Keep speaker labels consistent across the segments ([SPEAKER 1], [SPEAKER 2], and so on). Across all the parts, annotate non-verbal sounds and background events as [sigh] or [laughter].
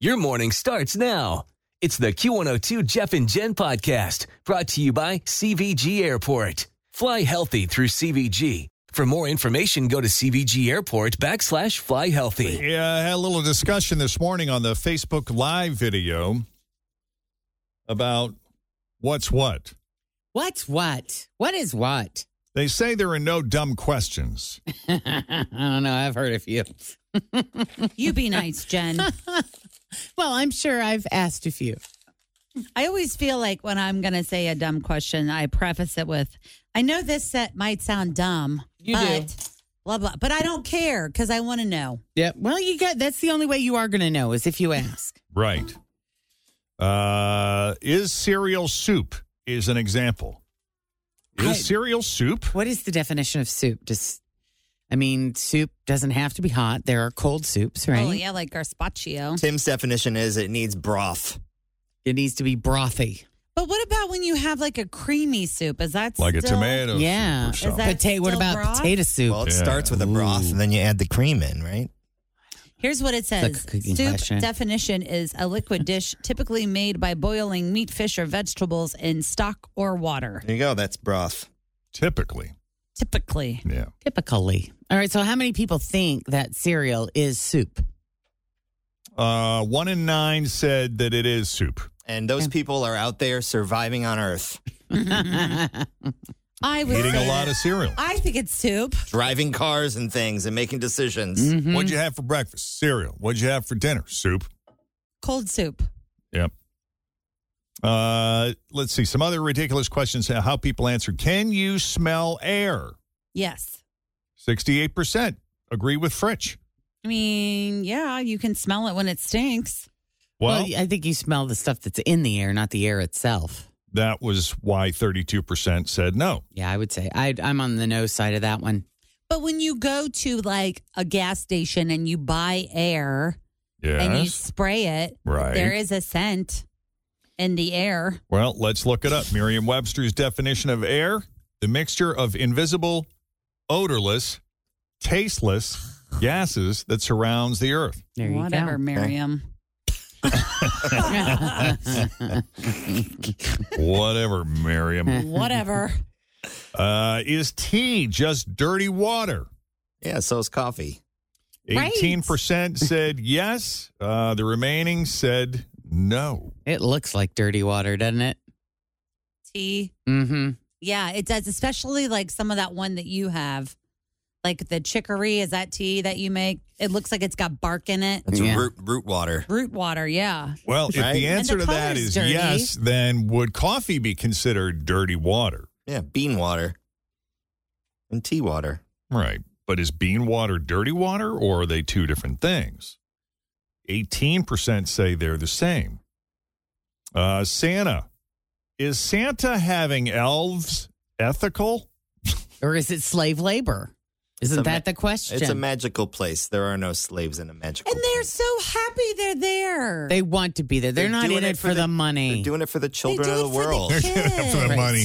[SPEAKER 1] Your morning starts now. It's the Q102 Jeff and Jen podcast brought to you by CVG Airport. Fly healthy through CVG. For more information, go to CVG Airport backslash fly healthy.
[SPEAKER 2] Yeah, I uh, had a little discussion this morning on the Facebook Live video about what's what.
[SPEAKER 3] What's what? What is what? [laughs]
[SPEAKER 2] They say there are no dumb
[SPEAKER 4] [laughs]
[SPEAKER 2] questions.
[SPEAKER 3] I don't know. I've heard a few. [laughs]
[SPEAKER 4] You be nice, Jen.
[SPEAKER 3] Well, I'm sure I've asked a few.
[SPEAKER 4] I always feel like when I'm going to say a dumb question, I preface it with, I know this set might sound dumb,
[SPEAKER 3] You do.
[SPEAKER 4] but blah, blah. But I don't care because I want to know.
[SPEAKER 3] Yeah. Well, you got that's the only way you are going to know is if you
[SPEAKER 4] [laughs]
[SPEAKER 3] ask.
[SPEAKER 2] Right. Uh, is cereal soup is an example. Is
[SPEAKER 3] I-
[SPEAKER 2] cereal soup?
[SPEAKER 3] What is the definition of soup? Just I mean, soup doesn't have to be hot. There are cold soups, right?
[SPEAKER 4] Oh, yeah, like gazpacho.
[SPEAKER 5] Tim's definition is it needs broth.
[SPEAKER 3] It needs to be brothy.
[SPEAKER 4] But what about when you have like a creamy soup? Is that
[SPEAKER 2] Like a
[SPEAKER 4] still-
[SPEAKER 2] tomato
[SPEAKER 3] yeah.
[SPEAKER 2] soup or
[SPEAKER 4] Is
[SPEAKER 2] something.
[SPEAKER 4] that
[SPEAKER 3] Potato. What
[SPEAKER 4] still
[SPEAKER 3] about
[SPEAKER 4] broth?
[SPEAKER 3] potato soup?
[SPEAKER 5] Well, it
[SPEAKER 2] Yeah.
[SPEAKER 5] starts with a broth, and then you add the cream in, right?
[SPEAKER 4] Here's what it
[SPEAKER 3] Like a
[SPEAKER 4] says.
[SPEAKER 3] cooking
[SPEAKER 4] Soup
[SPEAKER 3] question.
[SPEAKER 4] definition is a liquid dish typically made by boiling meat, fish, or vegetables in stock or water.
[SPEAKER 5] There you go. That's broth.
[SPEAKER 2] Typically.
[SPEAKER 4] Typically.
[SPEAKER 2] Yeah.
[SPEAKER 3] Typically. All right. So, how many people think that cereal is soup?
[SPEAKER 2] Uh, one in nine said that it is soup.
[SPEAKER 5] And those people are out there surviving
[SPEAKER 4] [laughs]
[SPEAKER 5] on Earth,
[SPEAKER 4] I would
[SPEAKER 2] Eating
[SPEAKER 4] say
[SPEAKER 2] a lot
[SPEAKER 4] that-
[SPEAKER 2] of cereal.
[SPEAKER 4] I think it's soup.
[SPEAKER 5] driving cars and things, and making decisions.
[SPEAKER 4] Mm. Mm-hmm.
[SPEAKER 2] What'd you have for breakfast? Cereal. What'd you have for dinner? Soup.
[SPEAKER 4] Cold soup.
[SPEAKER 2] Yep. Uh, let's see some other ridiculous questions. How people answer: Can you smell air?
[SPEAKER 4] Yes.
[SPEAKER 2] Sixty-eight percent agree with Fritch.
[SPEAKER 4] I mean, yeah, you can smell it when it stinks.
[SPEAKER 2] Well,
[SPEAKER 3] well, I think you smell the stuff that's in the air, not the air itself.
[SPEAKER 2] that was why thirty-two percent said no.
[SPEAKER 3] Yeah, I would say I, I'm on the no side of that one.
[SPEAKER 4] But when you go to like a gas station and you buy air and you spray it,
[SPEAKER 2] Right.
[SPEAKER 4] there is a scent in the air.
[SPEAKER 2] Well, let's look it up. Merriam-Webster's definition of air: the mixture of invisible, odorless, tasteless gases that surrounds the earth.
[SPEAKER 3] There you
[SPEAKER 4] Whatever,
[SPEAKER 3] go.
[SPEAKER 4] Miriam. [laughs]
[SPEAKER 2] Whatever,
[SPEAKER 4] [laughs]
[SPEAKER 2] Merriam.
[SPEAKER 4] Whatever.
[SPEAKER 2] Uh, is tea just dirty water?
[SPEAKER 5] Yeah, so is coffee.
[SPEAKER 4] Right.
[SPEAKER 2] 18% said yes. Uh, the remaining said no.
[SPEAKER 3] It looks like dirty water, doesn't it?
[SPEAKER 4] Tea.
[SPEAKER 3] Mm-hmm.
[SPEAKER 4] Yeah, it does, especially like some of that one that you have. Like the chicory, is that tea that you make? It looks like it's got bark in it.
[SPEAKER 5] That's
[SPEAKER 3] Yeah.
[SPEAKER 5] root root water.
[SPEAKER 4] Root water, yeah.
[SPEAKER 2] Well, if
[SPEAKER 5] Right.
[SPEAKER 2] the
[SPEAKER 5] And
[SPEAKER 4] the
[SPEAKER 2] answer to that
[SPEAKER 4] color's
[SPEAKER 2] is
[SPEAKER 4] dirty.
[SPEAKER 2] yes, then would coffee be considered dirty water?
[SPEAKER 5] Yeah, bean water and tea water.
[SPEAKER 2] Right. But is bean water dirty water or are they two different things? 18% say they're the same. Uh, Santa. Is Santa having elves ethical?
[SPEAKER 3] Or is it slave labor? Isn't
[SPEAKER 5] a ma-
[SPEAKER 3] that the question?
[SPEAKER 5] It's a magical place. There are no slaves in a magical.
[SPEAKER 4] And they're
[SPEAKER 5] place.
[SPEAKER 4] so happy they're there.
[SPEAKER 3] they want to be there. They're, not
[SPEAKER 5] doing
[SPEAKER 3] in it for the, money.
[SPEAKER 5] They're doing it for the
[SPEAKER 4] They
[SPEAKER 5] children
[SPEAKER 4] do
[SPEAKER 5] of
[SPEAKER 4] it
[SPEAKER 5] the
[SPEAKER 2] [laughs]
[SPEAKER 4] for
[SPEAKER 5] world.
[SPEAKER 2] They're doing it for the
[SPEAKER 4] kids.
[SPEAKER 2] money.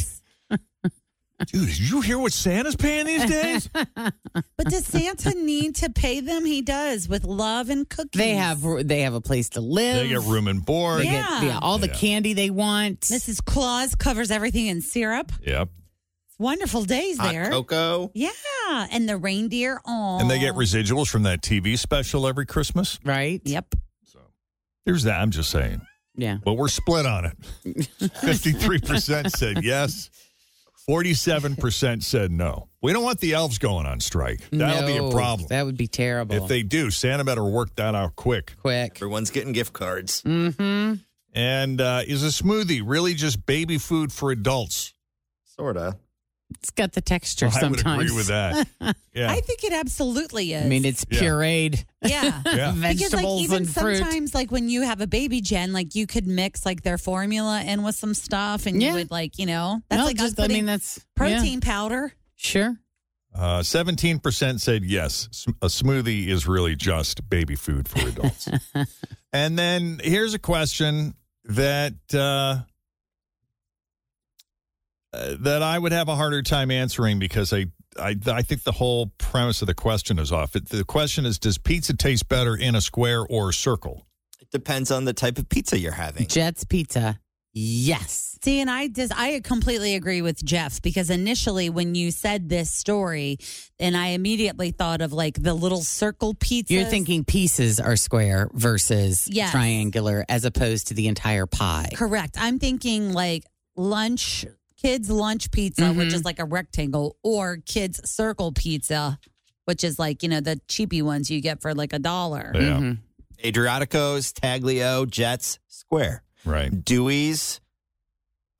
[SPEAKER 2] Dude, did you hear what Santa's paying these days?
[SPEAKER 4] But does Santa need to pay them? He does with love and cookies.
[SPEAKER 3] they have they have a place to live.
[SPEAKER 2] they get room and board.
[SPEAKER 3] They get-
[SPEAKER 4] Yeah.
[SPEAKER 3] yeah, all the
[SPEAKER 2] Yeah.
[SPEAKER 3] candy they want.
[SPEAKER 4] Mrs. Claus covers everything in syrup.
[SPEAKER 2] Yep.
[SPEAKER 4] It's wonderful days
[SPEAKER 5] Hot
[SPEAKER 4] there.
[SPEAKER 5] cocoa.
[SPEAKER 4] Yeah, and the reindeer. Oh,
[SPEAKER 2] And they get residuals from that TV special every Christmas.
[SPEAKER 3] right?
[SPEAKER 4] Yep.
[SPEAKER 2] There's that. I'm just saying.
[SPEAKER 3] Yeah.
[SPEAKER 2] But we're split on it.
[SPEAKER 3] [laughs]
[SPEAKER 2] 53% said yes. 47% said no. We don't want the elves going on strike. That'll be a
[SPEAKER 3] No,
[SPEAKER 2] problem.
[SPEAKER 3] That would be terrible.
[SPEAKER 2] if they do, Santa better work that out quick.
[SPEAKER 3] quick.
[SPEAKER 5] Everyone's getting gift cards.
[SPEAKER 3] Mm-hmm.
[SPEAKER 2] And uh, is a smoothie really just baby food for adults?
[SPEAKER 5] Sorta.
[SPEAKER 3] It's got the texture
[SPEAKER 2] I
[SPEAKER 3] sometimes.
[SPEAKER 2] would agree with
[SPEAKER 3] [laughs]
[SPEAKER 2] that. Yeah.
[SPEAKER 4] I think it absolutely is.
[SPEAKER 3] I mean, it's
[SPEAKER 2] Yeah.
[SPEAKER 3] pureed [laughs]
[SPEAKER 4] yeah.
[SPEAKER 2] Yeah.
[SPEAKER 3] vegetables
[SPEAKER 4] Because like even
[SPEAKER 3] and fruit.
[SPEAKER 4] sometimes like when you have a baby Jen, like you could mix like their formula in with some stuff, and
[SPEAKER 3] Yeah.
[SPEAKER 4] you would like you know that's
[SPEAKER 3] no,
[SPEAKER 4] like us
[SPEAKER 3] just, I
[SPEAKER 4] putting
[SPEAKER 3] mean, that's yeah.
[SPEAKER 4] protein powder.
[SPEAKER 3] Sure.
[SPEAKER 2] Uh, 17% said yes, sm- a smoothie is really just baby food for adults. and then here's a question that uh, uh, that I would have a harder time answering because I, I I think the whole premise of the question is off. It, the question is does pizza taste better in a square or a circle?
[SPEAKER 5] It depends on the type of pizza you're having.
[SPEAKER 3] Jets pizza. Yes.
[SPEAKER 4] See, and I dis- I completely agree with Jeff because initially when you said this story, and I immediately thought of like the little circle pizza.
[SPEAKER 3] You're thinking pieces are square versus
[SPEAKER 4] Yes.
[SPEAKER 3] triangular as opposed to the entire pie.
[SPEAKER 4] correct. I'm thinking like lunch kids lunch pizza, which
[SPEAKER 3] Mhm.
[SPEAKER 4] is like a rectangle, or kids circle pizza, which is like you know the cheapy ones you get for like a dollar.
[SPEAKER 2] Yeah.
[SPEAKER 3] Mhm.
[SPEAKER 5] Adriaticos, Taglio, Jets, Square.
[SPEAKER 2] Right.
[SPEAKER 5] Dewey's,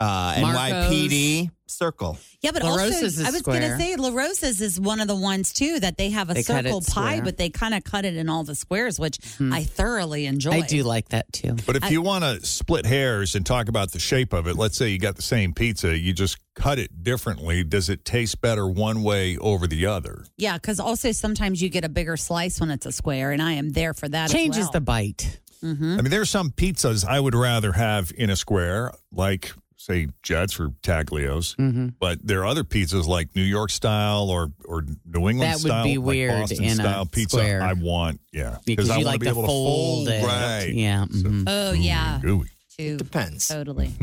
[SPEAKER 5] uh,
[SPEAKER 3] Marco's.
[SPEAKER 5] NYPD, Circle.
[SPEAKER 4] Yeah, but
[SPEAKER 3] La
[SPEAKER 4] also
[SPEAKER 3] Rosa's is
[SPEAKER 4] I was
[SPEAKER 3] square.
[SPEAKER 4] gonna say La Rosa's is one of the ones too that they have a
[SPEAKER 3] They cut
[SPEAKER 4] circle
[SPEAKER 3] it
[SPEAKER 4] pie,
[SPEAKER 3] square. Hmm.
[SPEAKER 4] but they kind of cut it in all the squares, which I thoroughly enjoy.
[SPEAKER 3] I do like that too.
[SPEAKER 2] But if
[SPEAKER 4] I-
[SPEAKER 2] you want to split hairs and talk about the shape of it, let's say you got the same pizza, you just cut it differently. Does it taste better one way over the other?
[SPEAKER 4] Yeah, because also sometimes you get a bigger slice when it's a square, and I am there for that.
[SPEAKER 3] Changes
[SPEAKER 4] as
[SPEAKER 3] the
[SPEAKER 4] well.
[SPEAKER 3] bite.
[SPEAKER 4] hmm
[SPEAKER 2] I mean, there's some pizzas I would rather have in a square, like say Jets or Taglios,
[SPEAKER 3] Mhm.
[SPEAKER 2] but there are other pizzas like New York style or or New England
[SPEAKER 3] That would
[SPEAKER 2] style,
[SPEAKER 3] be
[SPEAKER 2] like
[SPEAKER 3] weird
[SPEAKER 2] Boston
[SPEAKER 3] in a
[SPEAKER 2] style pizza.
[SPEAKER 3] square.
[SPEAKER 2] I want, yeah,
[SPEAKER 3] Because
[SPEAKER 2] I
[SPEAKER 3] you
[SPEAKER 2] wanna
[SPEAKER 3] like
[SPEAKER 2] be
[SPEAKER 3] to
[SPEAKER 2] able
[SPEAKER 3] fold
[SPEAKER 2] to
[SPEAKER 3] it.
[SPEAKER 2] fold right.
[SPEAKER 3] Yeah. mhm.
[SPEAKER 4] Oh
[SPEAKER 2] Ooey
[SPEAKER 4] yeah,
[SPEAKER 2] gooey.
[SPEAKER 4] too.
[SPEAKER 5] Depends.
[SPEAKER 4] Totally.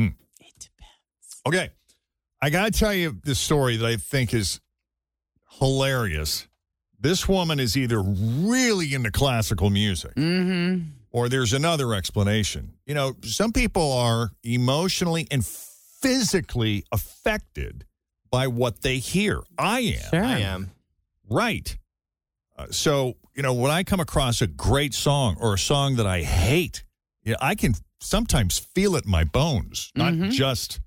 [SPEAKER 2] Okay. I got to tell you this story that I think is hilarious. This woman is either really into classical music
[SPEAKER 4] Mm-hmm.
[SPEAKER 3] Mhm.
[SPEAKER 2] or there's another explanation. You know, some people are emotionally and physically affected by what they hear. I am.
[SPEAKER 3] Sure.
[SPEAKER 5] I am.
[SPEAKER 2] Right. Uh, so, you know, when I come across a great song or a song that I hate, you know, I can sometimes feel it in my bones, not
[SPEAKER 5] Mm-hmm.
[SPEAKER 3] Mhm.
[SPEAKER 2] just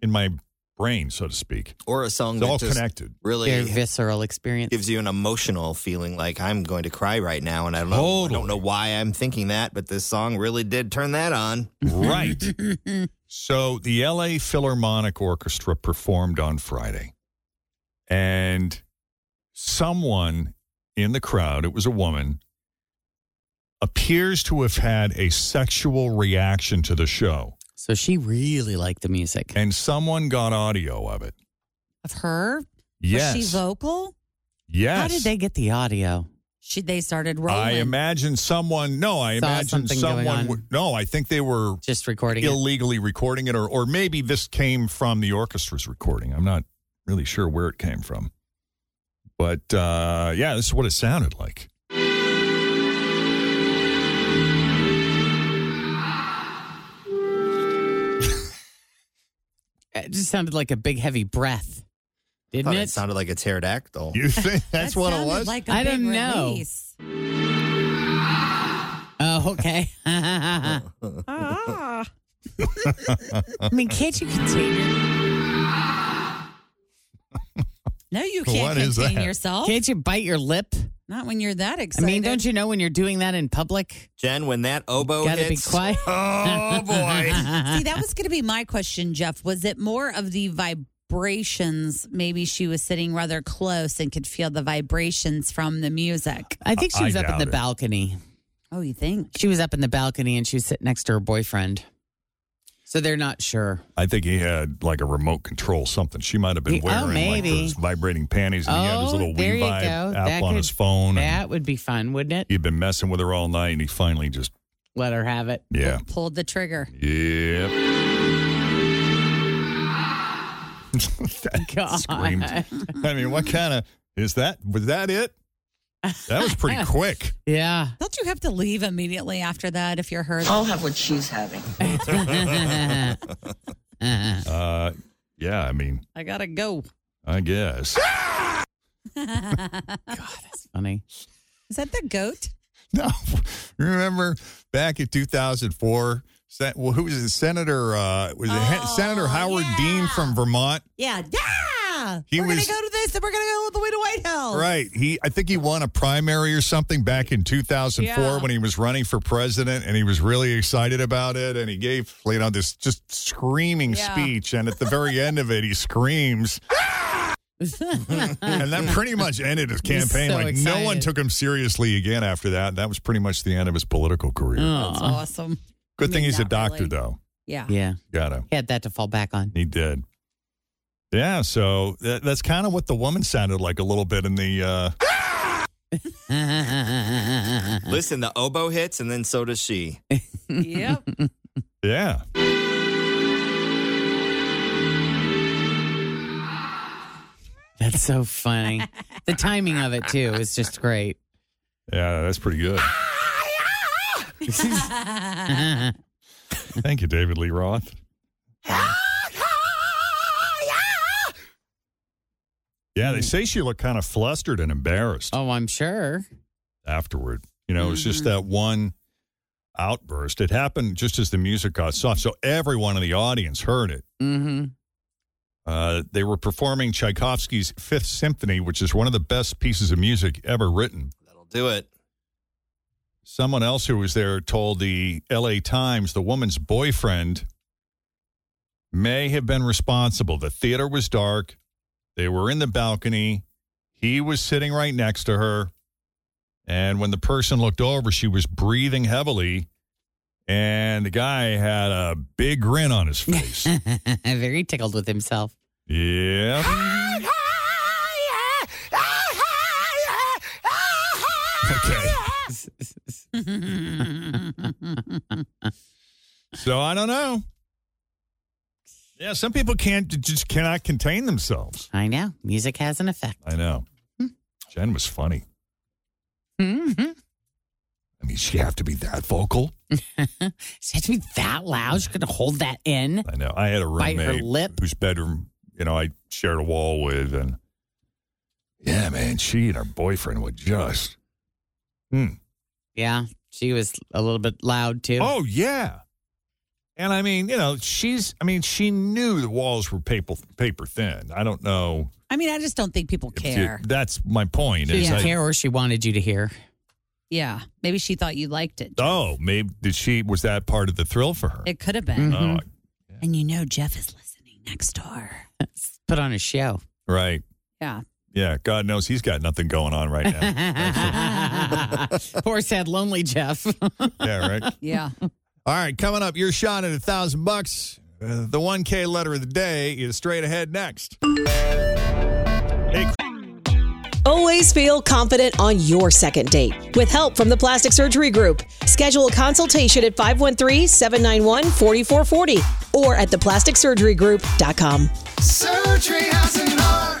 [SPEAKER 2] in my brain, so to speak.
[SPEAKER 5] Or a song
[SPEAKER 2] It's
[SPEAKER 5] that
[SPEAKER 2] all
[SPEAKER 5] just
[SPEAKER 2] connected.
[SPEAKER 3] Very
[SPEAKER 5] really
[SPEAKER 3] visceral experience.
[SPEAKER 5] gives you an emotional feeling like I'm going to cry right now. And I don't, know, I
[SPEAKER 2] Totally.
[SPEAKER 5] don't know why I'm thinking that, but this song really did turn that on. [laughs]
[SPEAKER 2] right. So the LA Philharmonic Orchestra performed on Friday, and someone in the crowd, it was a woman, appears to have had a sexual reaction to the show,
[SPEAKER 3] so she really liked the music.
[SPEAKER 2] and someone got audio of it.
[SPEAKER 4] Of her,
[SPEAKER 2] Yes.
[SPEAKER 4] was she vocal?
[SPEAKER 2] yes.
[SPEAKER 3] How did they get the audio?
[SPEAKER 4] She they started rolling.
[SPEAKER 2] I imagine someone. No, I
[SPEAKER 3] Saw
[SPEAKER 2] imagine
[SPEAKER 3] something going
[SPEAKER 2] someone.
[SPEAKER 3] on.
[SPEAKER 2] would- no, I think they were
[SPEAKER 3] Just recording it.
[SPEAKER 2] illegally recording it, or or maybe this came from the orchestra's recording. I'm not really sure where it came from, but uh, yeah, this is what it sounded
[SPEAKER 3] [laughs]
[SPEAKER 2] like.
[SPEAKER 3] It just sounded like a big heavy breath, didn't
[SPEAKER 5] Thought
[SPEAKER 3] it?
[SPEAKER 5] it sounded like a pterodactyl.
[SPEAKER 2] You think that's
[SPEAKER 4] That
[SPEAKER 2] what it
[SPEAKER 4] sounded
[SPEAKER 2] was?
[SPEAKER 4] Like a
[SPEAKER 3] I
[SPEAKER 4] big
[SPEAKER 3] don't know.
[SPEAKER 4] release.
[SPEAKER 3] oh, okay.
[SPEAKER 2] [laughs]
[SPEAKER 3] [laughs] I
[SPEAKER 4] Ah.
[SPEAKER 3] mean, can't you contain your,
[SPEAKER 4] No, you can't
[SPEAKER 2] What
[SPEAKER 4] contain
[SPEAKER 2] is that?
[SPEAKER 4] yourself.
[SPEAKER 3] can't you bite your lip?
[SPEAKER 4] Not when you're that
[SPEAKER 3] I
[SPEAKER 4] excited.
[SPEAKER 3] mean, don't you know when you're doing that in public?
[SPEAKER 5] Jen, when that oboe
[SPEAKER 3] Gotta be
[SPEAKER 5] hits,
[SPEAKER 2] [laughs]
[SPEAKER 3] quiet.
[SPEAKER 5] oh
[SPEAKER 3] [laughs]
[SPEAKER 5] boy.
[SPEAKER 4] See, that was going to be my question, Jeff. Was it more of the vibrations? Maybe she was sitting rather close and could feel the vibrations from the music.
[SPEAKER 3] I think she
[SPEAKER 2] I
[SPEAKER 3] was up in
[SPEAKER 2] doubt
[SPEAKER 3] the
[SPEAKER 2] it.
[SPEAKER 3] balcony.
[SPEAKER 4] Oh, you think?
[SPEAKER 3] She was up in the balcony and she was sitting next to her boyfriend. So they're not sure.
[SPEAKER 2] I think he had like a remote control something. She might have been
[SPEAKER 3] He- oh,
[SPEAKER 2] wearing like
[SPEAKER 3] maybe.
[SPEAKER 2] those vibrating panties, and he had his
[SPEAKER 3] Oh,
[SPEAKER 2] little
[SPEAKER 3] there
[SPEAKER 2] Wii
[SPEAKER 3] you
[SPEAKER 2] Vibe
[SPEAKER 3] go.
[SPEAKER 2] app
[SPEAKER 3] That
[SPEAKER 2] on
[SPEAKER 3] could-
[SPEAKER 2] his phone. and
[SPEAKER 3] That would be fun, wouldn't it?
[SPEAKER 2] he'd been messing with her all night, and he finally just
[SPEAKER 3] Let her have it.
[SPEAKER 2] yeah.
[SPEAKER 4] Pulled the trigger.
[SPEAKER 2] Yep. [laughs] that
[SPEAKER 3] God.
[SPEAKER 2] screamed. I mean, what kind of is that? Was that it? That was pretty quick.
[SPEAKER 3] Yeah.
[SPEAKER 2] [laughs]
[SPEAKER 3] [laughs]
[SPEAKER 4] Don't you you have to leave immediately after that if you're hurt?
[SPEAKER 6] I'll have what she's having.
[SPEAKER 2] Uh, yeah, I mean,
[SPEAKER 4] I gotta go.
[SPEAKER 2] I guess. [laughs]
[SPEAKER 3] That's
[SPEAKER 2] [laughs]
[SPEAKER 3] funny.
[SPEAKER 4] Is that the goat?
[SPEAKER 2] No, remember back in 2004, sen- well, who was it? Senator uh, was it Hen-
[SPEAKER 4] Oh,
[SPEAKER 2] Senator Howard
[SPEAKER 4] yeah.
[SPEAKER 2] Dean from Vermont?
[SPEAKER 4] Yeah. Yeah.
[SPEAKER 2] He
[SPEAKER 4] we're
[SPEAKER 2] was-
[SPEAKER 4] gonna go to this and we're gonna go all the way to White House.
[SPEAKER 2] Right. He I think he won a primary or something back in 2004
[SPEAKER 4] Yeah.
[SPEAKER 2] when he was running for president and he was really excited about it and he gave laid out this just screaming
[SPEAKER 4] Yeah.
[SPEAKER 2] speech and at the very end of it he screams
[SPEAKER 4] Uh.
[SPEAKER 2] and that pretty much ended his
[SPEAKER 3] He's
[SPEAKER 2] campaign
[SPEAKER 3] so
[SPEAKER 2] like no one
[SPEAKER 3] excited.
[SPEAKER 2] took him seriously again after that. That was pretty much the end of his political career.
[SPEAKER 4] That's
[SPEAKER 3] Aw.
[SPEAKER 4] awesome.
[SPEAKER 2] Good
[SPEAKER 4] Mm. I
[SPEAKER 2] thing
[SPEAKER 4] mean,
[SPEAKER 2] he's a
[SPEAKER 4] not
[SPEAKER 2] doctor
[SPEAKER 4] really.
[SPEAKER 2] though.
[SPEAKER 4] Yeah.
[SPEAKER 3] Yeah.
[SPEAKER 2] Got him.
[SPEAKER 3] He had that to fall back on. [laughs]
[SPEAKER 2] He did. Yeah, so that, that's kind of what the woman sounded like a little bit in the. Uh,
[SPEAKER 5] Listen, the oboe hits, and then so does she.
[SPEAKER 4] yep.
[SPEAKER 2] yeah.
[SPEAKER 3] That's so funny. the timing of it too is just great.
[SPEAKER 2] Yeah, that's pretty good.
[SPEAKER 3] Oh,
[SPEAKER 2] Thank you, David Lee Roth. Yeah, they say she looked kind of flustered and embarrassed
[SPEAKER 3] oh, I'm sure.
[SPEAKER 2] afterward. You know, it was just that one outburst. It happened just as the music got soft, so everyone in the audience heard it.
[SPEAKER 3] Mm-hmm. [laughs]
[SPEAKER 2] Uh, they were performing Tchaikovsky's Fifth Symphony, which is one of the best pieces of music ever written.
[SPEAKER 5] That'll do it.
[SPEAKER 2] Someone else who was there told the LA Times the woman's boyfriend may have been responsible. The theater was dark. They were in the balcony. He was sitting right next to her. And when the person looked over, she was breathing heavily. And the guy had a big grin on his
[SPEAKER 3] [laughs]
[SPEAKER 2] face.
[SPEAKER 3] Very tickled with himself.
[SPEAKER 2] yeah. Okay. So I don't know. Yeah, some people can't just cannot contain themselves.
[SPEAKER 3] I know. Music has an effect.
[SPEAKER 2] I know. Jen was funny.
[SPEAKER 3] Mhm.
[SPEAKER 2] I mean, she have to be that vocal.
[SPEAKER 3] She had to be that loud. She couldn't hold that in.
[SPEAKER 2] I know. I had a
[SPEAKER 3] Bite her
[SPEAKER 2] roommate
[SPEAKER 3] lip.
[SPEAKER 2] whose bedroom, you know, I shared a wall with, and yeah, man, she and her boyfriend would just. Hmm.
[SPEAKER 3] Yeah. She was a little bit loud too.
[SPEAKER 2] Oh yeah, and I mean, you know, she's. I mean, she knew the walls were paper paper thin. I don't know.
[SPEAKER 4] I mean, I just don't think people
[SPEAKER 2] if
[SPEAKER 4] care.
[SPEAKER 2] You, that's my point.
[SPEAKER 3] she
[SPEAKER 2] is
[SPEAKER 3] didn't
[SPEAKER 2] I-
[SPEAKER 3] care or she wanted you to hear.
[SPEAKER 4] Yeah. Maybe she thought you liked it.
[SPEAKER 2] Oh, maybe did she? Was that part of the thrill for her?
[SPEAKER 4] It could have been.
[SPEAKER 3] Mm-hmm.
[SPEAKER 2] Oh,
[SPEAKER 4] And you know Jeff is listening next door.
[SPEAKER 3] Put on
[SPEAKER 2] [laughs]
[SPEAKER 3] a show. [laughs]
[SPEAKER 2] right.
[SPEAKER 4] Yeah.
[SPEAKER 2] Yeah. God knows he's got nothing going on right
[SPEAKER 3] [laughs]
[SPEAKER 2] now.
[SPEAKER 3] Poor sad lonely Jeff.
[SPEAKER 2] yeah. Right.
[SPEAKER 3] [laughs]
[SPEAKER 4] Yeah.
[SPEAKER 2] All right, coming up, your shot at a thousand bucks. Uh, The one K letter of the day is straight ahead next. Hey,
[SPEAKER 7] Always feel confident on your second date. With help from the Plastic Surgery Group, schedule a consultation at 513 791 4440 or at theplasticsurgerygroup.com.
[SPEAKER 8] Surgery has an art.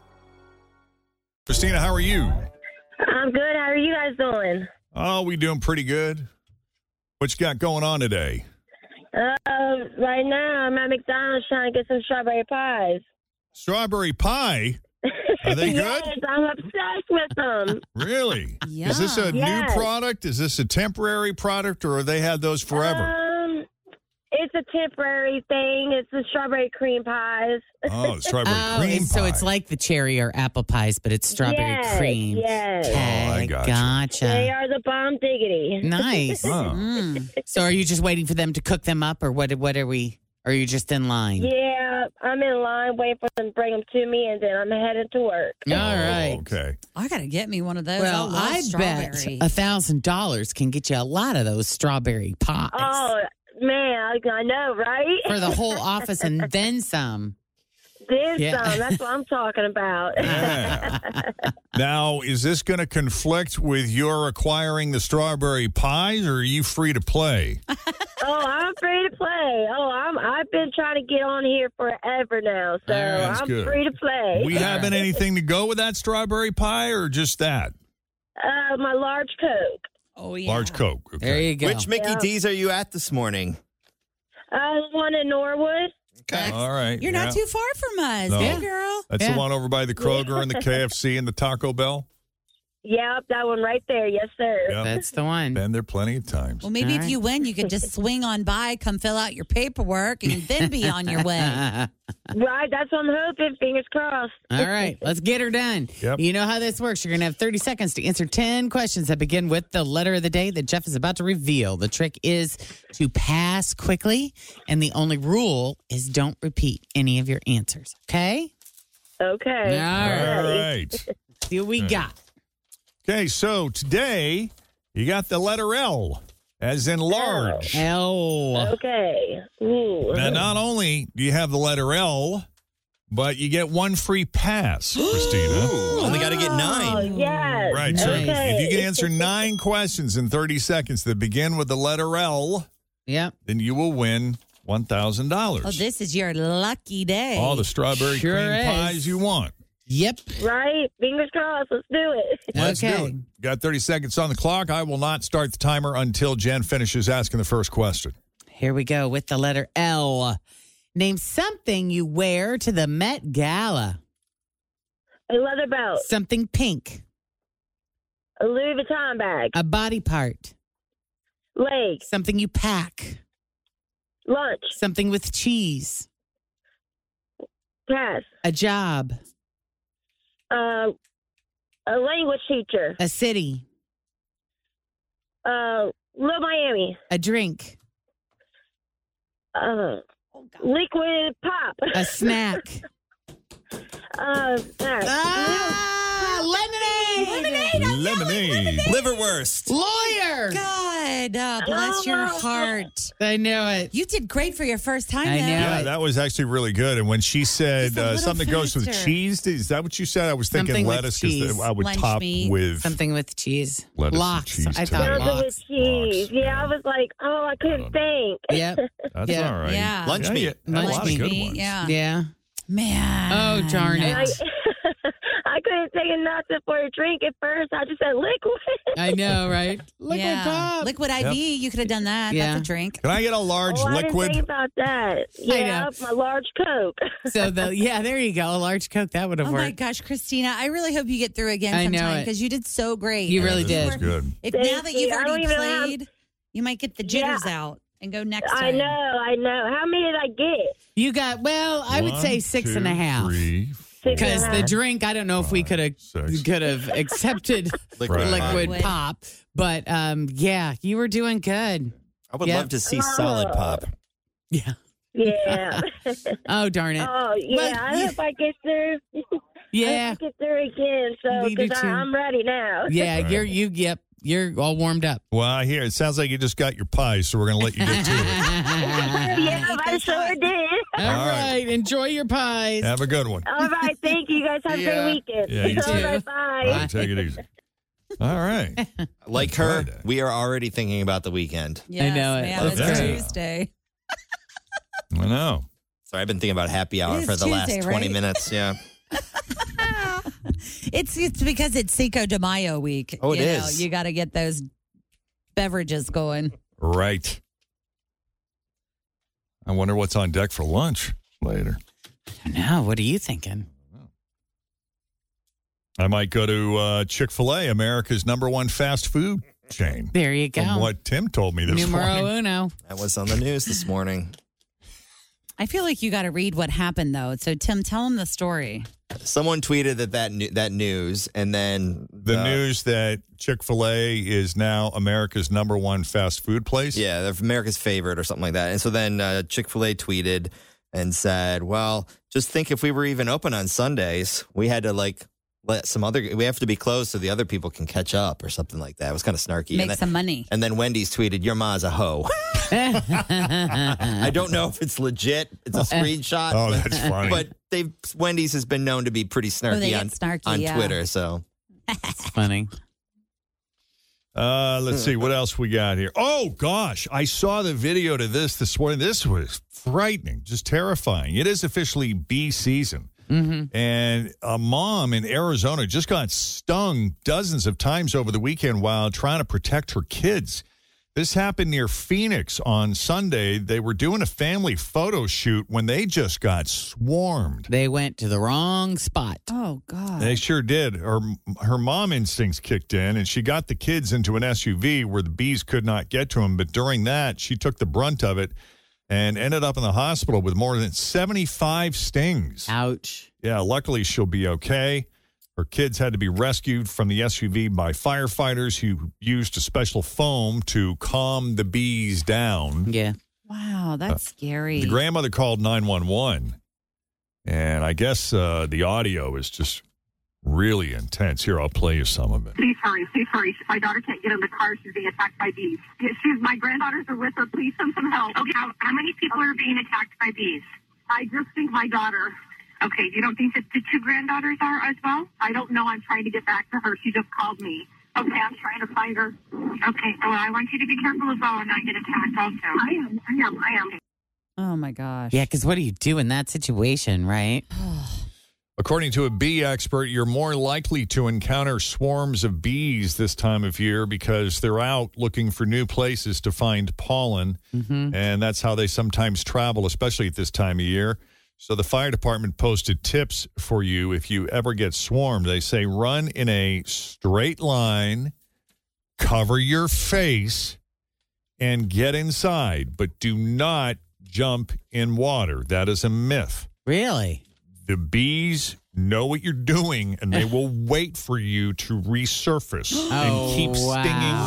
[SPEAKER 2] Christina, how are you?
[SPEAKER 9] I'm good. How are you guys doing?
[SPEAKER 2] Oh, we doing pretty good. What you got going on today?
[SPEAKER 9] Um, right now I'm at McDonald's trying to get some strawberry pies.
[SPEAKER 2] Strawberry pie? Are
[SPEAKER 9] [laughs]
[SPEAKER 2] they good?
[SPEAKER 9] yes, I'm obsessed with them.
[SPEAKER 2] [laughs] Really?
[SPEAKER 4] Yeah.
[SPEAKER 2] Is this a
[SPEAKER 9] Yes.
[SPEAKER 2] new product? Is this a temporary product, or have they had those forever?
[SPEAKER 9] Um, it's a temporary thing. It's the strawberry cream pies.
[SPEAKER 2] oh, it's strawberry
[SPEAKER 3] [laughs] Oh,
[SPEAKER 2] cream
[SPEAKER 3] it's-
[SPEAKER 2] pie.
[SPEAKER 3] so it's like the cherry or apple pies, but it's strawberry
[SPEAKER 9] Yes,
[SPEAKER 3] cream.
[SPEAKER 9] yes.
[SPEAKER 3] Okay,
[SPEAKER 2] Oh, I gotcha.
[SPEAKER 9] They are [laughs] the bomb diggity.
[SPEAKER 3] Nice.
[SPEAKER 2] Oh.
[SPEAKER 4] Mm.
[SPEAKER 3] So, are you just waiting for them to cook them up, or what? What are we? Are you just in line?
[SPEAKER 9] Yeah, up. I'm in line waiting for them to bring them to me, and then I'm headed to work.
[SPEAKER 3] All right.
[SPEAKER 2] Oh, Okay.
[SPEAKER 4] I gotta get me one of those.
[SPEAKER 3] Well,
[SPEAKER 4] I, love
[SPEAKER 3] I bet
[SPEAKER 4] strawberry.
[SPEAKER 3] a thousand dollars can get you a lot of those strawberry pop
[SPEAKER 9] Oh man, I I know, right?
[SPEAKER 3] for the
[SPEAKER 9] [laughs]
[SPEAKER 3] whole office and then some.
[SPEAKER 9] Then
[SPEAKER 3] Yeah. [laughs]
[SPEAKER 9] some. That's what I'm talking about.
[SPEAKER 2] [laughs] Now, is this going to conflict with your acquiring the strawberry pies, or are you free to play?
[SPEAKER 9] oh, I'm free to play. Oh, I'm. I've been trying to get on here forever now, so
[SPEAKER 2] That's
[SPEAKER 9] I'm
[SPEAKER 2] good.
[SPEAKER 9] free to play.
[SPEAKER 2] We having anything to go with that strawberry pie, or just that
[SPEAKER 9] Uh, my large coke.
[SPEAKER 4] Oh
[SPEAKER 2] large Coke? Okay.
[SPEAKER 3] There you go.
[SPEAKER 5] Which Mickey
[SPEAKER 9] Yeah.
[SPEAKER 5] D's are you at this morning?
[SPEAKER 9] Uh, the one in Norwood.
[SPEAKER 2] All right,
[SPEAKER 4] You're not
[SPEAKER 2] yeah.
[SPEAKER 4] too far from us,
[SPEAKER 2] No.
[SPEAKER 4] hey girl.
[SPEAKER 2] That's
[SPEAKER 3] Yeah.
[SPEAKER 2] the one over by the Kroger and the KFC and the Taco Bell.
[SPEAKER 9] Yep, that one right there. Yes, sir.
[SPEAKER 2] Yeah.
[SPEAKER 3] That's the one.
[SPEAKER 2] Been there plenty of times.
[SPEAKER 4] Well, maybe
[SPEAKER 3] All
[SPEAKER 4] if
[SPEAKER 3] right.
[SPEAKER 4] you win, you could just swing on by, come fill out your paperwork, and then be on your way.
[SPEAKER 9] [laughs] Right. That's what I'm hoping. Fingers crossed.
[SPEAKER 3] All right, let's get her done.
[SPEAKER 2] Yep.
[SPEAKER 3] You know how this works. You're going to have 30 seconds to answer 10 questions that begin with the letter of the day that Jeff is about to reveal. The trick is to pass quickly, and the only rule is don't repeat any of your answers, okay?
[SPEAKER 9] Okay.
[SPEAKER 2] All right.
[SPEAKER 3] See what we got.
[SPEAKER 2] Okay, so today you got the letter L, as in large.
[SPEAKER 3] L.
[SPEAKER 9] Okay. Ooh.
[SPEAKER 2] Now, not only do you have the letter L, but you get one free pass, Christina.
[SPEAKER 5] Only got to get
[SPEAKER 9] Oh,
[SPEAKER 5] nine.
[SPEAKER 9] yes.
[SPEAKER 2] Right, so
[SPEAKER 3] Nice.
[SPEAKER 2] if you can answer nine questions in 30 seconds that begin with the letter L,
[SPEAKER 3] Yep.
[SPEAKER 2] then you will win $1,000.
[SPEAKER 4] Oh, this is your lucky day.
[SPEAKER 2] All the strawberry
[SPEAKER 3] Sure
[SPEAKER 2] cream
[SPEAKER 3] is.
[SPEAKER 2] pies you want.
[SPEAKER 3] Yep.
[SPEAKER 9] Right. Fingers crossed. Let's do it.
[SPEAKER 2] Let's
[SPEAKER 3] okay.
[SPEAKER 2] do it. Got 30 seconds on the clock. I will not start the timer until Jen finishes asking the first question.
[SPEAKER 3] Here we go with the letter L. Name something you wear to the Met Gala.
[SPEAKER 9] A leather belt.
[SPEAKER 3] Something pink.
[SPEAKER 9] A Louis Vuitton bag.
[SPEAKER 3] A body part.
[SPEAKER 9] Legs.
[SPEAKER 3] Something you pack.
[SPEAKER 9] Lunch.
[SPEAKER 3] Something with cheese.
[SPEAKER 9] Pass.
[SPEAKER 3] A job.
[SPEAKER 9] Uh, a language teacher.
[SPEAKER 3] A city.
[SPEAKER 9] Uh, Little Miami.
[SPEAKER 3] A drink.
[SPEAKER 9] Uh,
[SPEAKER 4] Oh,
[SPEAKER 9] liquid pop.
[SPEAKER 3] A
[SPEAKER 4] [laughs]
[SPEAKER 3] snack.
[SPEAKER 9] Uh, pass.
[SPEAKER 3] ah, lemonade.
[SPEAKER 2] Lemonade.
[SPEAKER 3] Oh.
[SPEAKER 5] Liverwurst.
[SPEAKER 3] Lawyer.
[SPEAKER 4] God, oh, bless your heart.
[SPEAKER 3] I know it.
[SPEAKER 4] You did great for your first time.
[SPEAKER 3] I
[SPEAKER 4] though.
[SPEAKER 3] know.
[SPEAKER 2] Yeah, that was actually really good. And when she said
[SPEAKER 4] Just a
[SPEAKER 2] uh,
[SPEAKER 4] little
[SPEAKER 2] something goes with
[SPEAKER 4] faster.
[SPEAKER 2] cheese, is that what you said? I was thinking
[SPEAKER 3] Something with
[SPEAKER 2] lettuce
[SPEAKER 3] cheese.
[SPEAKER 2] because I would
[SPEAKER 4] Lunch
[SPEAKER 2] top
[SPEAKER 4] meat.
[SPEAKER 2] with.
[SPEAKER 3] Something with cheese.
[SPEAKER 2] Lettuce and
[SPEAKER 3] locks.
[SPEAKER 2] cheese
[SPEAKER 3] I
[SPEAKER 2] together.
[SPEAKER 3] thought
[SPEAKER 9] Something with
[SPEAKER 3] locks.
[SPEAKER 2] Lox,
[SPEAKER 9] cheese. Yeah, I was like, oh, I couldn't think.
[SPEAKER 4] [laughs]
[SPEAKER 3] Yep.
[SPEAKER 2] That's
[SPEAKER 3] Yeah.
[SPEAKER 2] all right.
[SPEAKER 4] Yeah.
[SPEAKER 5] Lunch meat.
[SPEAKER 2] you had a lot
[SPEAKER 3] Lunch
[SPEAKER 2] of good
[SPEAKER 4] meat,
[SPEAKER 2] ones.
[SPEAKER 4] Yeah.
[SPEAKER 3] Yeah.
[SPEAKER 4] Man.
[SPEAKER 3] Oh, darn it.
[SPEAKER 9] I, I couldn't think of nothing for a drink at first. I just said liquid.
[SPEAKER 3] I know, right? Liquid
[SPEAKER 4] yeah.
[SPEAKER 3] pop.
[SPEAKER 4] Liquid IV. You could have done that.
[SPEAKER 3] Yeah.
[SPEAKER 4] That's a drink.
[SPEAKER 2] Can I get a large
[SPEAKER 9] oh, I didn't
[SPEAKER 2] liquid?
[SPEAKER 9] think about that. Yeah, my large Coke.
[SPEAKER 3] So the yeah, there you go. A large Coke that would have
[SPEAKER 4] Oh my
[SPEAKER 3] worked.
[SPEAKER 4] gosh, Christina! I really hope you get through again
[SPEAKER 3] I know
[SPEAKER 4] sometime
[SPEAKER 3] it.
[SPEAKER 4] because you did so great.
[SPEAKER 3] You really
[SPEAKER 2] this was
[SPEAKER 3] did.
[SPEAKER 2] good.
[SPEAKER 4] If
[SPEAKER 9] Thank
[SPEAKER 4] now that you've
[SPEAKER 9] you. I don't
[SPEAKER 4] already
[SPEAKER 9] even have-
[SPEAKER 4] played, you might get the jitters out and go next time.
[SPEAKER 9] I know, I know. How many did I get?
[SPEAKER 3] You got well, I would say six and a half.
[SPEAKER 9] Six and a
[SPEAKER 3] Because the
[SPEAKER 9] half.
[SPEAKER 3] drink, I don't know if we could
[SPEAKER 2] six.
[SPEAKER 3] have could have accepted
[SPEAKER 4] [laughs]
[SPEAKER 5] Liquid
[SPEAKER 3] the
[SPEAKER 2] Right.
[SPEAKER 3] liquid
[SPEAKER 4] Liquid.
[SPEAKER 3] pop, but um, yeah, you were doing good.
[SPEAKER 5] I would
[SPEAKER 3] Yeah.
[SPEAKER 5] love to see solid pop.
[SPEAKER 3] Yeah. [laughs]
[SPEAKER 9] Yeah. [laughs]
[SPEAKER 3] Oh darn
[SPEAKER 2] Uh,
[SPEAKER 3] it.
[SPEAKER 9] oh, yeah.
[SPEAKER 3] Well,
[SPEAKER 9] I
[SPEAKER 3] you-
[SPEAKER 9] hope I get through. I
[SPEAKER 3] yeah,
[SPEAKER 9] hope I get through again. So,
[SPEAKER 3] We do
[SPEAKER 9] because
[SPEAKER 3] too.
[SPEAKER 9] I'm ready now.
[SPEAKER 3] yeah.
[SPEAKER 2] Right.
[SPEAKER 3] You're you. Yep. You're all warmed
[SPEAKER 2] [laughs]
[SPEAKER 3] up.
[SPEAKER 2] Well, here it sounds like you just got your pie, so we're going to let you get to it.
[SPEAKER 9] [laughs] yeah, I sure did.
[SPEAKER 3] All
[SPEAKER 2] All right.
[SPEAKER 3] right. Enjoy your [laughs] pies.
[SPEAKER 2] Have a good one.
[SPEAKER 9] All right. Thank you guys. Have
[SPEAKER 3] Yeah.
[SPEAKER 9] a great weekend.
[SPEAKER 2] Yeah, you
[SPEAKER 9] [laughs] All
[SPEAKER 3] too.
[SPEAKER 9] right.
[SPEAKER 2] All
[SPEAKER 9] Bye.
[SPEAKER 2] right, take it easy. All
[SPEAKER 3] [laughs]
[SPEAKER 2] right.
[SPEAKER 5] Like
[SPEAKER 2] Friday.
[SPEAKER 5] her, we are already thinking about the weekend.
[SPEAKER 4] Yes,
[SPEAKER 3] know it.
[SPEAKER 4] Man, it's
[SPEAKER 2] Okay.
[SPEAKER 4] Tuesday.
[SPEAKER 2] I know.
[SPEAKER 5] Sorry, I've been thinking about happy hour
[SPEAKER 4] It is
[SPEAKER 5] for the
[SPEAKER 4] Tuesday,
[SPEAKER 5] last 20
[SPEAKER 4] right?
[SPEAKER 5] minutes.
[SPEAKER 4] [laughs]
[SPEAKER 5] Yeah.
[SPEAKER 4] It's it's because it's Cinco de Mayo week.
[SPEAKER 5] Oh, it
[SPEAKER 4] it is. you
[SPEAKER 5] is.
[SPEAKER 4] you got to get those beverages going.
[SPEAKER 2] Right. I wonder what's on deck for lunch later.
[SPEAKER 3] Now, what are you thinking?
[SPEAKER 2] I might go to uh, Chick fil A, America's number one fast food chain.
[SPEAKER 3] There you go.
[SPEAKER 2] From what Tim told me this
[SPEAKER 3] Numero
[SPEAKER 2] morning. [laughs]
[SPEAKER 3] uno. [laughs]
[SPEAKER 5] That was on the news this morning.
[SPEAKER 4] I feel like you got to read what happened though. So Tim, tell him the story.
[SPEAKER 5] Someone tweeted that that, nu- that news, and then
[SPEAKER 2] The
[SPEAKER 5] uh,
[SPEAKER 2] news that Chick fil A is now America's number one fast food place.
[SPEAKER 5] Yeah, they're America's favorite or something like that. And so then uh, Chick fil A tweeted, and said, "Well, just think if we were even open on Sundays, we had to like let some other we have to be closed so the other people can catch up or something like that." It was kind of snarky.
[SPEAKER 4] Make some money.
[SPEAKER 5] And then Wendy's tweeted, "Your ma's a hoe." I don't know if it's legit. It's a screenshot.
[SPEAKER 2] Oh, that's funny.
[SPEAKER 5] But they have Wendy's has been known to be pretty
[SPEAKER 4] Oh, they
[SPEAKER 5] snarky
[SPEAKER 4] get
[SPEAKER 5] on
[SPEAKER 4] snarky,
[SPEAKER 5] on
[SPEAKER 4] yeah.
[SPEAKER 5] Twitter. So
[SPEAKER 3] Funny.
[SPEAKER 2] Uh, let's see what else we got here. Oh gosh, I saw the video to this this morning. This was frightening, just terrifying. It is officially bee season, and a mom in Arizona just got stung dozens of times over the weekend while trying to protect her kids. This happened near Phoenix on Sunday. They were doing a family photo shoot when they just got swarmed.
[SPEAKER 3] They went to the wrong spot.
[SPEAKER 4] Oh God.
[SPEAKER 2] They sure did. Her her mom instincts kicked in, and she got the kids into an SUV where the bees could not get to them. But during that, she took the brunt of it and ended up in the hospital with more than seventy five stings.
[SPEAKER 3] Ouch.
[SPEAKER 2] Yeah, luckily she'll be okay. Her kids had to be rescued from the SUV by firefighters who used a special foam to calm the bees down.
[SPEAKER 3] Yeah.
[SPEAKER 4] Wow, that's
[SPEAKER 3] Uh,
[SPEAKER 4] scary.
[SPEAKER 2] The grandmother called 911, and I guess uh, the audio is just really intense. Here, I'll play you some of it.
[SPEAKER 6] Please hurry, please hurry. My daughter can't get in the car. She's being attacked by bees. Yeah, She's, my granddaughters are with her. Please send some help. Okay, how, how many people are being attacked by bees? I just think my daughter. Okay, you don't think that the two granddaughters are as well? I don't know. I'm trying to get back to her. She just called me. Okay, I'm trying to find her. Okay, well, I want you to be careful as well and not get attacked also. I am, I am, I am.
[SPEAKER 4] oh my gosh.
[SPEAKER 3] Yeah, because what do you do in that situation, right?
[SPEAKER 2] According to a bee expert, you're more likely to encounter swarms of bees this time of year because they're out looking for new places to find pollen. And that's how they sometimes travel, especially at this time of year. So the fire department posted tips for you if you ever get swarmed. They say run in a straight line, cover your face, and get inside, but do not jump in water. That is a myth
[SPEAKER 3] Really?
[SPEAKER 2] the bees know what you're doing and
[SPEAKER 3] [laughs]
[SPEAKER 2] they will wait for you to resurface
[SPEAKER 3] Oh,
[SPEAKER 2] and keep
[SPEAKER 3] wow.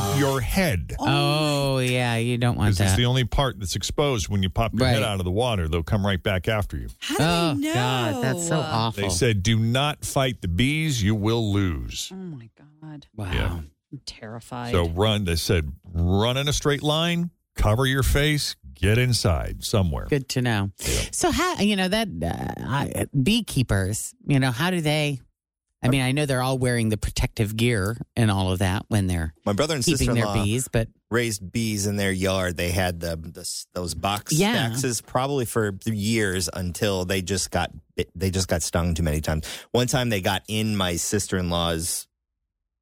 [SPEAKER 2] stinging your head.
[SPEAKER 3] Oh, yeah, you don't want
[SPEAKER 2] Because it's
[SPEAKER 3] that.
[SPEAKER 2] the only part that's exposed when you pop your head
[SPEAKER 3] Right.
[SPEAKER 2] out of the water. They'll come right back after you.
[SPEAKER 4] How do
[SPEAKER 3] oh
[SPEAKER 4] they know? Oh,
[SPEAKER 3] God, that's so awful.
[SPEAKER 2] They said, do not fight the bees. You will lose.
[SPEAKER 4] Oh my God.
[SPEAKER 3] wow.
[SPEAKER 2] Yeah.
[SPEAKER 4] I'm terrified.
[SPEAKER 2] So run. They said, run in a straight line, cover your face, get inside somewhere.
[SPEAKER 3] Good to know. So how you know that uh, I, beekeepers? You know how do they? I mean, I know they're all wearing the protective gear and all of that when they're
[SPEAKER 5] my brother and
[SPEAKER 3] keeping their
[SPEAKER 5] sister-in-law
[SPEAKER 3] bees, but
[SPEAKER 5] raised bees in their yard. They had the, the those box
[SPEAKER 3] Yeah.
[SPEAKER 5] boxes probably for years until they just got bit, they just got stung too many times. One time they got in my sister in law's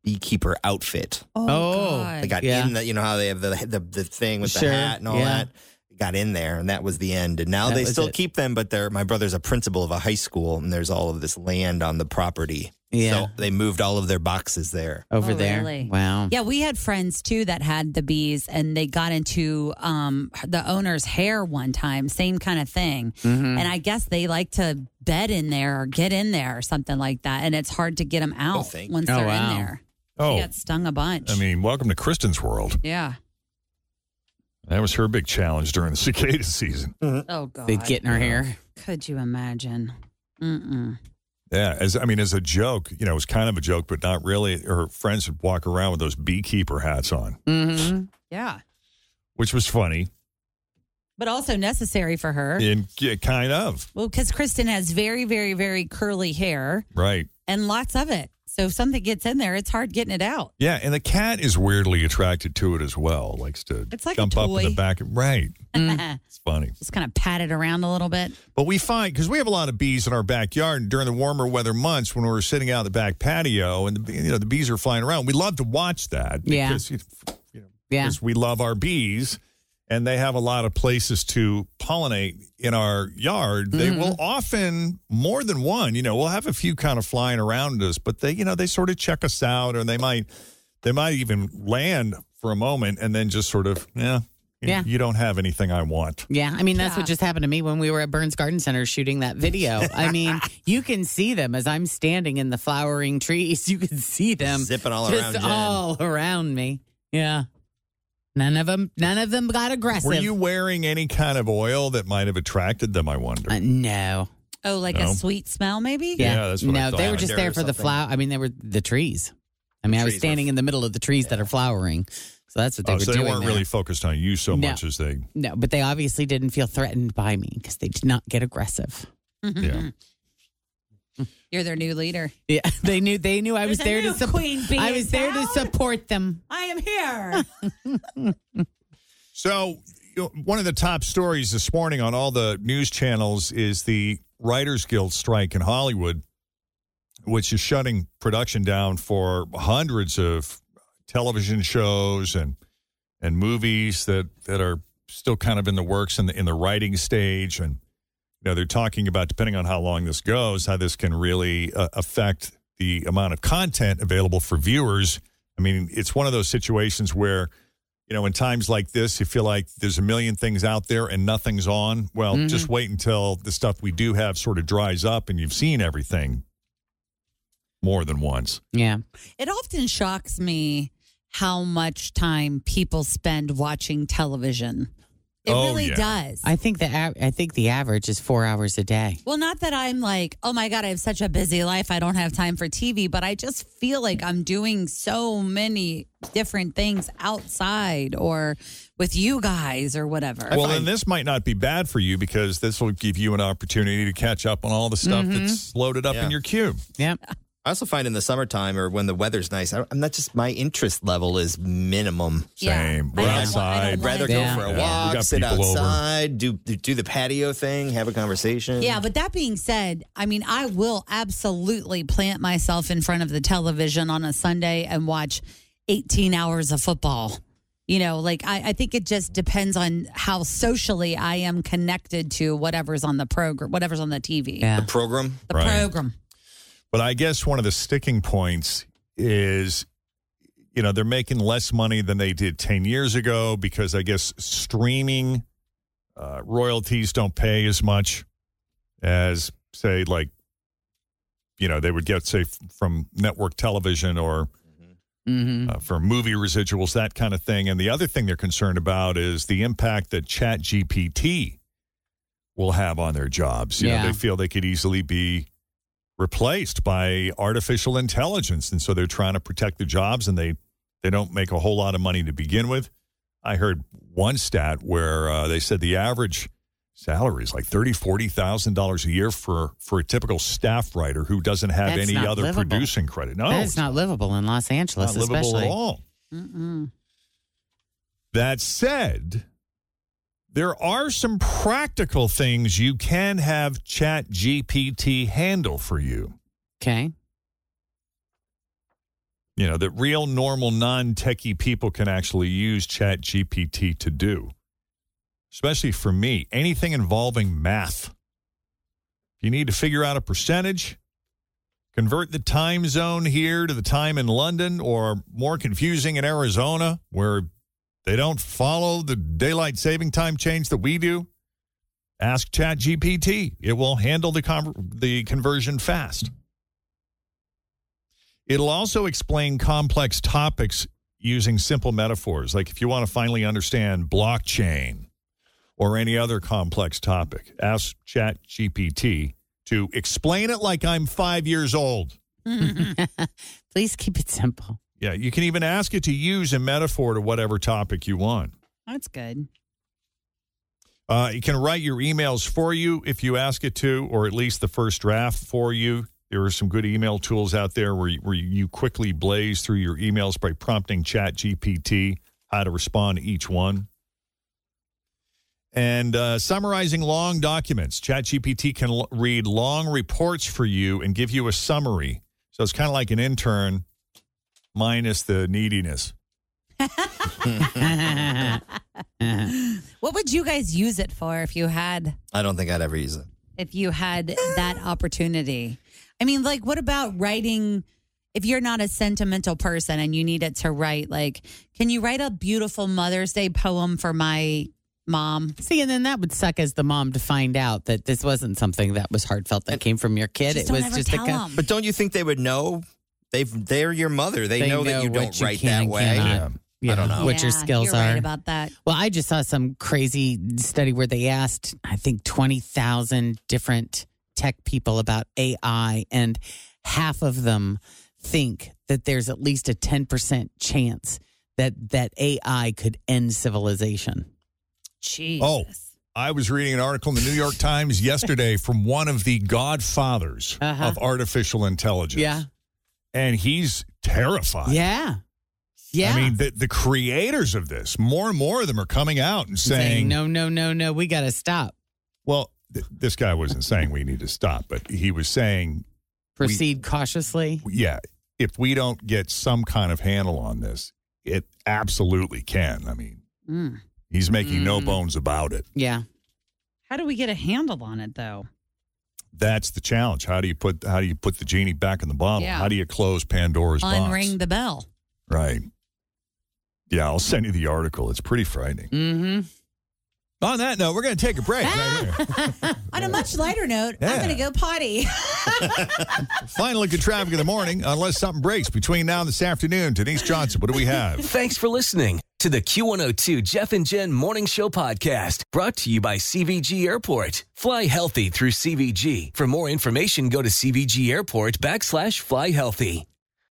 [SPEAKER 5] beekeeper outfit.
[SPEAKER 4] oh,
[SPEAKER 3] Oh,
[SPEAKER 4] God.
[SPEAKER 5] They got
[SPEAKER 3] Yeah.
[SPEAKER 5] in the you know how they have the the, the thing with
[SPEAKER 3] Sure,
[SPEAKER 5] the hat and all
[SPEAKER 3] yeah.
[SPEAKER 5] that. They Got in there, and that was the end. And now
[SPEAKER 3] That
[SPEAKER 5] they
[SPEAKER 3] was
[SPEAKER 5] still
[SPEAKER 3] it.
[SPEAKER 5] keep them, but they're my brother's a principal of a high school, and there's all of this land on the property.
[SPEAKER 3] Yeah.
[SPEAKER 5] So they moved all of their boxes there.
[SPEAKER 3] over
[SPEAKER 4] Oh,
[SPEAKER 3] there.
[SPEAKER 4] really?
[SPEAKER 3] Wow.
[SPEAKER 4] Yeah, we had friends too that had the bees and they got into um, the owner's hair one time, same kind of thing.
[SPEAKER 3] Mm-hmm.
[SPEAKER 4] And I guess they like to bed in there or get in there or something like that. And it's hard to get them out
[SPEAKER 5] thank you.
[SPEAKER 4] once
[SPEAKER 3] Oh,
[SPEAKER 4] they're
[SPEAKER 3] wow.
[SPEAKER 4] in there. She
[SPEAKER 2] Oh,
[SPEAKER 4] got stung a bunch.
[SPEAKER 2] I mean, welcome to Kristen's world.
[SPEAKER 4] yeah.
[SPEAKER 2] That was her big challenge during the [laughs] cicada season.
[SPEAKER 4] Oh, God.
[SPEAKER 3] They'd get in her hair.
[SPEAKER 4] Could you imagine? Mm-mm.
[SPEAKER 2] Yeah, as I mean, as a joke, you know, it was kind of a joke, but not really. Her friends would walk around with those beekeeper hats on,
[SPEAKER 3] Mm-hmm.
[SPEAKER 4] Yeah.
[SPEAKER 2] which was funny,
[SPEAKER 4] But also necessary for her.
[SPEAKER 2] and yeah, kind of
[SPEAKER 4] Well, because Kristen has very, very, very curly hair
[SPEAKER 2] right.
[SPEAKER 4] and lots of it. So if something gets in there, it's hard getting it out. [laughs]
[SPEAKER 2] Yeah, and the cat is weirdly attracted to it as well. Likes to
[SPEAKER 4] It's like a
[SPEAKER 2] jump up in the
[SPEAKER 4] toy.
[SPEAKER 2] back. Right,
[SPEAKER 3] Mm.
[SPEAKER 2] it's funny.
[SPEAKER 4] Just kind of pat it around a little bit.
[SPEAKER 2] But we find because we have a lot of bees in our backyard and during the warmer weather months when we're sitting out in the back patio and the, bee- you know the bees are flying around. We love to watch that
[SPEAKER 3] Yeah.
[SPEAKER 2] because you- you know,
[SPEAKER 3] Yeah.
[SPEAKER 2] because we love our bees and they have a lot of places to pollinate in our yard. They
[SPEAKER 3] Mm-hmm.
[SPEAKER 2] will often more than one, you know, we'll have a few kind of flying around us, but they, you know, they sort of check us out or they might they might even land for a moment and then just sort of, yeah, you-
[SPEAKER 3] Yeah.
[SPEAKER 2] you don't have anything I want.
[SPEAKER 3] Yeah, I mean that's
[SPEAKER 4] Yeah.
[SPEAKER 3] what just happened to me when we were at Burns Garden Center shooting that video. I
[SPEAKER 4] [laughs]
[SPEAKER 3] mean, you can see them as I'm standing in the flowering trees. You can see them
[SPEAKER 5] Zipping all
[SPEAKER 3] just
[SPEAKER 5] around Jen.
[SPEAKER 3] all around me. Yeah, None of them. None of them got aggressive.
[SPEAKER 2] Were you wearing any kind of oil that might have attracted them? I wonder.
[SPEAKER 3] Uh, no.
[SPEAKER 4] Oh, like
[SPEAKER 2] No.
[SPEAKER 4] a sweet smell, maybe?
[SPEAKER 2] Yeah, that's what I
[SPEAKER 3] no, they
[SPEAKER 2] thought.
[SPEAKER 3] were just
[SPEAKER 2] Lavender
[SPEAKER 3] there
[SPEAKER 2] or
[SPEAKER 3] for the
[SPEAKER 2] something.
[SPEAKER 3] flower. I mean, they were the trees. I mean, I was
[SPEAKER 2] Trees are-
[SPEAKER 3] standing in the middle of the trees that are flowering, so that's what they
[SPEAKER 2] Oh,
[SPEAKER 3] were
[SPEAKER 2] so they
[SPEAKER 3] doing.
[SPEAKER 2] weren't
[SPEAKER 3] there.
[SPEAKER 2] really focused on you so
[SPEAKER 3] No.
[SPEAKER 2] much as they.
[SPEAKER 3] No, but they obviously didn't feel threatened by me because they did not get aggressive. [laughs] Mm-hmm.
[SPEAKER 2] Yeah.
[SPEAKER 4] You're their new leader.
[SPEAKER 3] Yeah, they knew. They knew I was
[SPEAKER 4] a
[SPEAKER 3] there to
[SPEAKER 4] new
[SPEAKER 3] support.
[SPEAKER 4] queen bee
[SPEAKER 3] I
[SPEAKER 4] in
[SPEAKER 3] was there to support them.
[SPEAKER 4] I am [laughs] here.
[SPEAKER 2] So, you know, one of the top stories this morning on all the news channels is the Writers Guild strike in Hollywood, which is shutting production down for hundreds of television shows and and movies that that are still kind of in the works in the in the writing stage and you know they're talking about depending on how long this goes how this can really uh, affect the amount of content available for viewers i mean it's one of those situations where you know in times like this you feel like there's a million things out there and nothing's on well
[SPEAKER 3] Mhm.
[SPEAKER 2] just wait until the stuff we do have sort of dries up and you've seen everything more than once
[SPEAKER 3] Yeah.
[SPEAKER 4] It often shocks me how much time people spend watching television. It
[SPEAKER 3] Oh,
[SPEAKER 4] really
[SPEAKER 3] yeah.
[SPEAKER 4] does.
[SPEAKER 3] I think the av- I think the average is four hours a day.
[SPEAKER 4] Well, not that I'm like, oh my God, I have such a busy life. I don't have time for TV, but I just feel like I'm doing so many different things outside or with you guys or whatever.
[SPEAKER 2] Well, then this might not be bad for you because this will give you an opportunity to catch up on all the stuff
[SPEAKER 4] Mhm.
[SPEAKER 2] that's loaded up
[SPEAKER 5] Yeah.
[SPEAKER 2] in your cube.
[SPEAKER 3] Yep.
[SPEAKER 5] I also find in the summertime or when the weather's nice, I, I'm not just my interest level is minimum.
[SPEAKER 2] Yeah. Same. We're I don't want- I don't outside.
[SPEAKER 5] I'd
[SPEAKER 2] want
[SPEAKER 5] rather
[SPEAKER 2] it.
[SPEAKER 5] go
[SPEAKER 2] Yeah.
[SPEAKER 5] for a
[SPEAKER 2] Yeah. We
[SPEAKER 5] walk,
[SPEAKER 2] got
[SPEAKER 5] sit
[SPEAKER 2] people over.
[SPEAKER 5] outside, do do the patio thing, have a conversation.
[SPEAKER 4] Yeah, but that being said, I mean, I will absolutely plant myself in front of the television on a Sunday and watch 18 hours of football. You know, like I, I think it just depends on how socially I am connected to whatever's on the program, whatever's on the TV.
[SPEAKER 5] The program.
[SPEAKER 4] The program.
[SPEAKER 2] But I guess one of the sticking points is, you know, they're making less money than they did 10 years ago because I guess streaming uh, royalties don't pay as much as, say, like, you know, they would get, say, f- from network television or
[SPEAKER 3] Mm-hmm.
[SPEAKER 2] uh, for movie residuals, that kind of thing. And the other thing they're concerned about is the impact that Chat GPT will have on their jobs. You know,
[SPEAKER 3] Yeah.
[SPEAKER 2] they feel they could easily be replaced by artificial intelligence, and so they're trying to protect the jobs, and they they don't make a whole lot of money to begin with. I heard one stat where uh, they said the average salary is like thirty forty thousand dollars a year for for a typical staff writer who doesn't have
[SPEAKER 3] That's
[SPEAKER 2] any
[SPEAKER 3] not
[SPEAKER 2] other
[SPEAKER 3] livable.
[SPEAKER 2] producing credit. No,
[SPEAKER 3] that is not livable in Los Angeles,
[SPEAKER 2] Oh. not livable
[SPEAKER 3] especially.
[SPEAKER 2] at all.
[SPEAKER 4] Mm-mm.
[SPEAKER 2] That said, there are some practical things you can have Chat GPT handle for you.
[SPEAKER 3] Okay.
[SPEAKER 2] You know, that real normal non techie people can actually use Chat GPT to do. Especially for me, anything involving math. If you need to figure out a percentage, convert the time zone here to the time in London, or more confusing in Arizona, where they don't follow the daylight saving time change that we do. Ask ChatGPT; it will handle the con- the conversion fast. It'll also explain complex topics using simple metaphors, like if you want to finally understand blockchain or any other complex topic, ask ChatGPT to explain it like I'm five years old.
[SPEAKER 4] [laughs]
[SPEAKER 3] Please keep it simple.
[SPEAKER 2] Yeah, you can even ask it to use a metaphor to whatever topic you want.
[SPEAKER 4] That's good.
[SPEAKER 2] Uh, it can write your emails for you if you ask it to, or at least the first draft for you. There are some good email tools out there where you, where you quickly blaze through your emails by prompting ChatGPT how to respond to each one. And uh, summarizing long documents, ChatGPT can l- read long reports for you and give you a summary. So it's kind of like an intern minus the neediness.
[SPEAKER 4] What would you guys use it for if you had
[SPEAKER 5] I don't think I'd ever use it.
[SPEAKER 4] if you had that opportunity? I mean, like, what about writing? If you're not a sentimental person and you need it to write, like, can you write a beautiful Mother's Day poem for my mom?
[SPEAKER 3] See, and then that would suck as the mom to find out that this wasn't something that was heartfelt that came from your kid.
[SPEAKER 4] Just
[SPEAKER 3] it
[SPEAKER 4] don't
[SPEAKER 3] was
[SPEAKER 4] ever
[SPEAKER 3] just a
[SPEAKER 4] tell
[SPEAKER 3] kind-
[SPEAKER 4] 'em.
[SPEAKER 5] But don't you think they would know? They've they're your mother. They,
[SPEAKER 3] They
[SPEAKER 5] know, that
[SPEAKER 3] know
[SPEAKER 5] you
[SPEAKER 3] what
[SPEAKER 5] don't
[SPEAKER 3] you
[SPEAKER 5] write
[SPEAKER 3] can
[SPEAKER 5] that
[SPEAKER 3] and
[SPEAKER 2] Um,
[SPEAKER 5] way.
[SPEAKER 3] cannot. you know, what your
[SPEAKER 4] Yeah,
[SPEAKER 3] skills
[SPEAKER 4] you're
[SPEAKER 3] are.
[SPEAKER 4] right about that.
[SPEAKER 3] Well, I just saw some crazy study where they asked, I think, 20,000 different tech people about AI, and half of them think that there's at least a 10% chance that, that AI could end civilization.
[SPEAKER 4] Jeez.
[SPEAKER 2] Oh, I was reading an article in the New York Times
[SPEAKER 3] [laughs]
[SPEAKER 2] yesterday from one of the godfathers
[SPEAKER 3] Uh-huh.
[SPEAKER 2] of artificial intelligence.
[SPEAKER 3] Yeah.
[SPEAKER 2] And he's terrified.
[SPEAKER 3] Yeah. Yeah.
[SPEAKER 2] I mean, the, the creators of this, more and more of them are coming out and saying,
[SPEAKER 3] no, no, no, no, we got to stop.
[SPEAKER 2] Well, th- this guy wasn't saying we need to stop, but he was saying,
[SPEAKER 3] Proceed cautiously.
[SPEAKER 2] yeah, if we don't get some kind of handle on this, it absolutely can. I mean,
[SPEAKER 4] Mm.
[SPEAKER 2] he's making no
[SPEAKER 3] Mm.
[SPEAKER 2] bones about it.
[SPEAKER 3] Yeah.
[SPEAKER 4] How do we get a handle on it though?
[SPEAKER 2] That's the challenge. How do you put how do you put the genie back in the bottle?
[SPEAKER 4] Yeah.
[SPEAKER 2] How do you close Pandora's box?
[SPEAKER 4] Unring the bell.
[SPEAKER 2] Right. Yeah, I'll send you the article. It's pretty frightening.
[SPEAKER 3] Mm-hmm.
[SPEAKER 2] On that note, we're going to take a break.
[SPEAKER 4] Ah!
[SPEAKER 2] right here.
[SPEAKER 4] On a much lighter note,
[SPEAKER 2] Yeah.
[SPEAKER 4] I'm going to go potty.
[SPEAKER 2] Final look at traffic in the morning, unless something breaks between now and this afternoon. Denise Johnson, what do we have?
[SPEAKER 1] Thanks for listening to the Q102 Jeff and Jen Morning Show podcast brought to you by CVG Airport. Fly healthy through CVG. For more information, go to CVG Airport backslash fly healthy.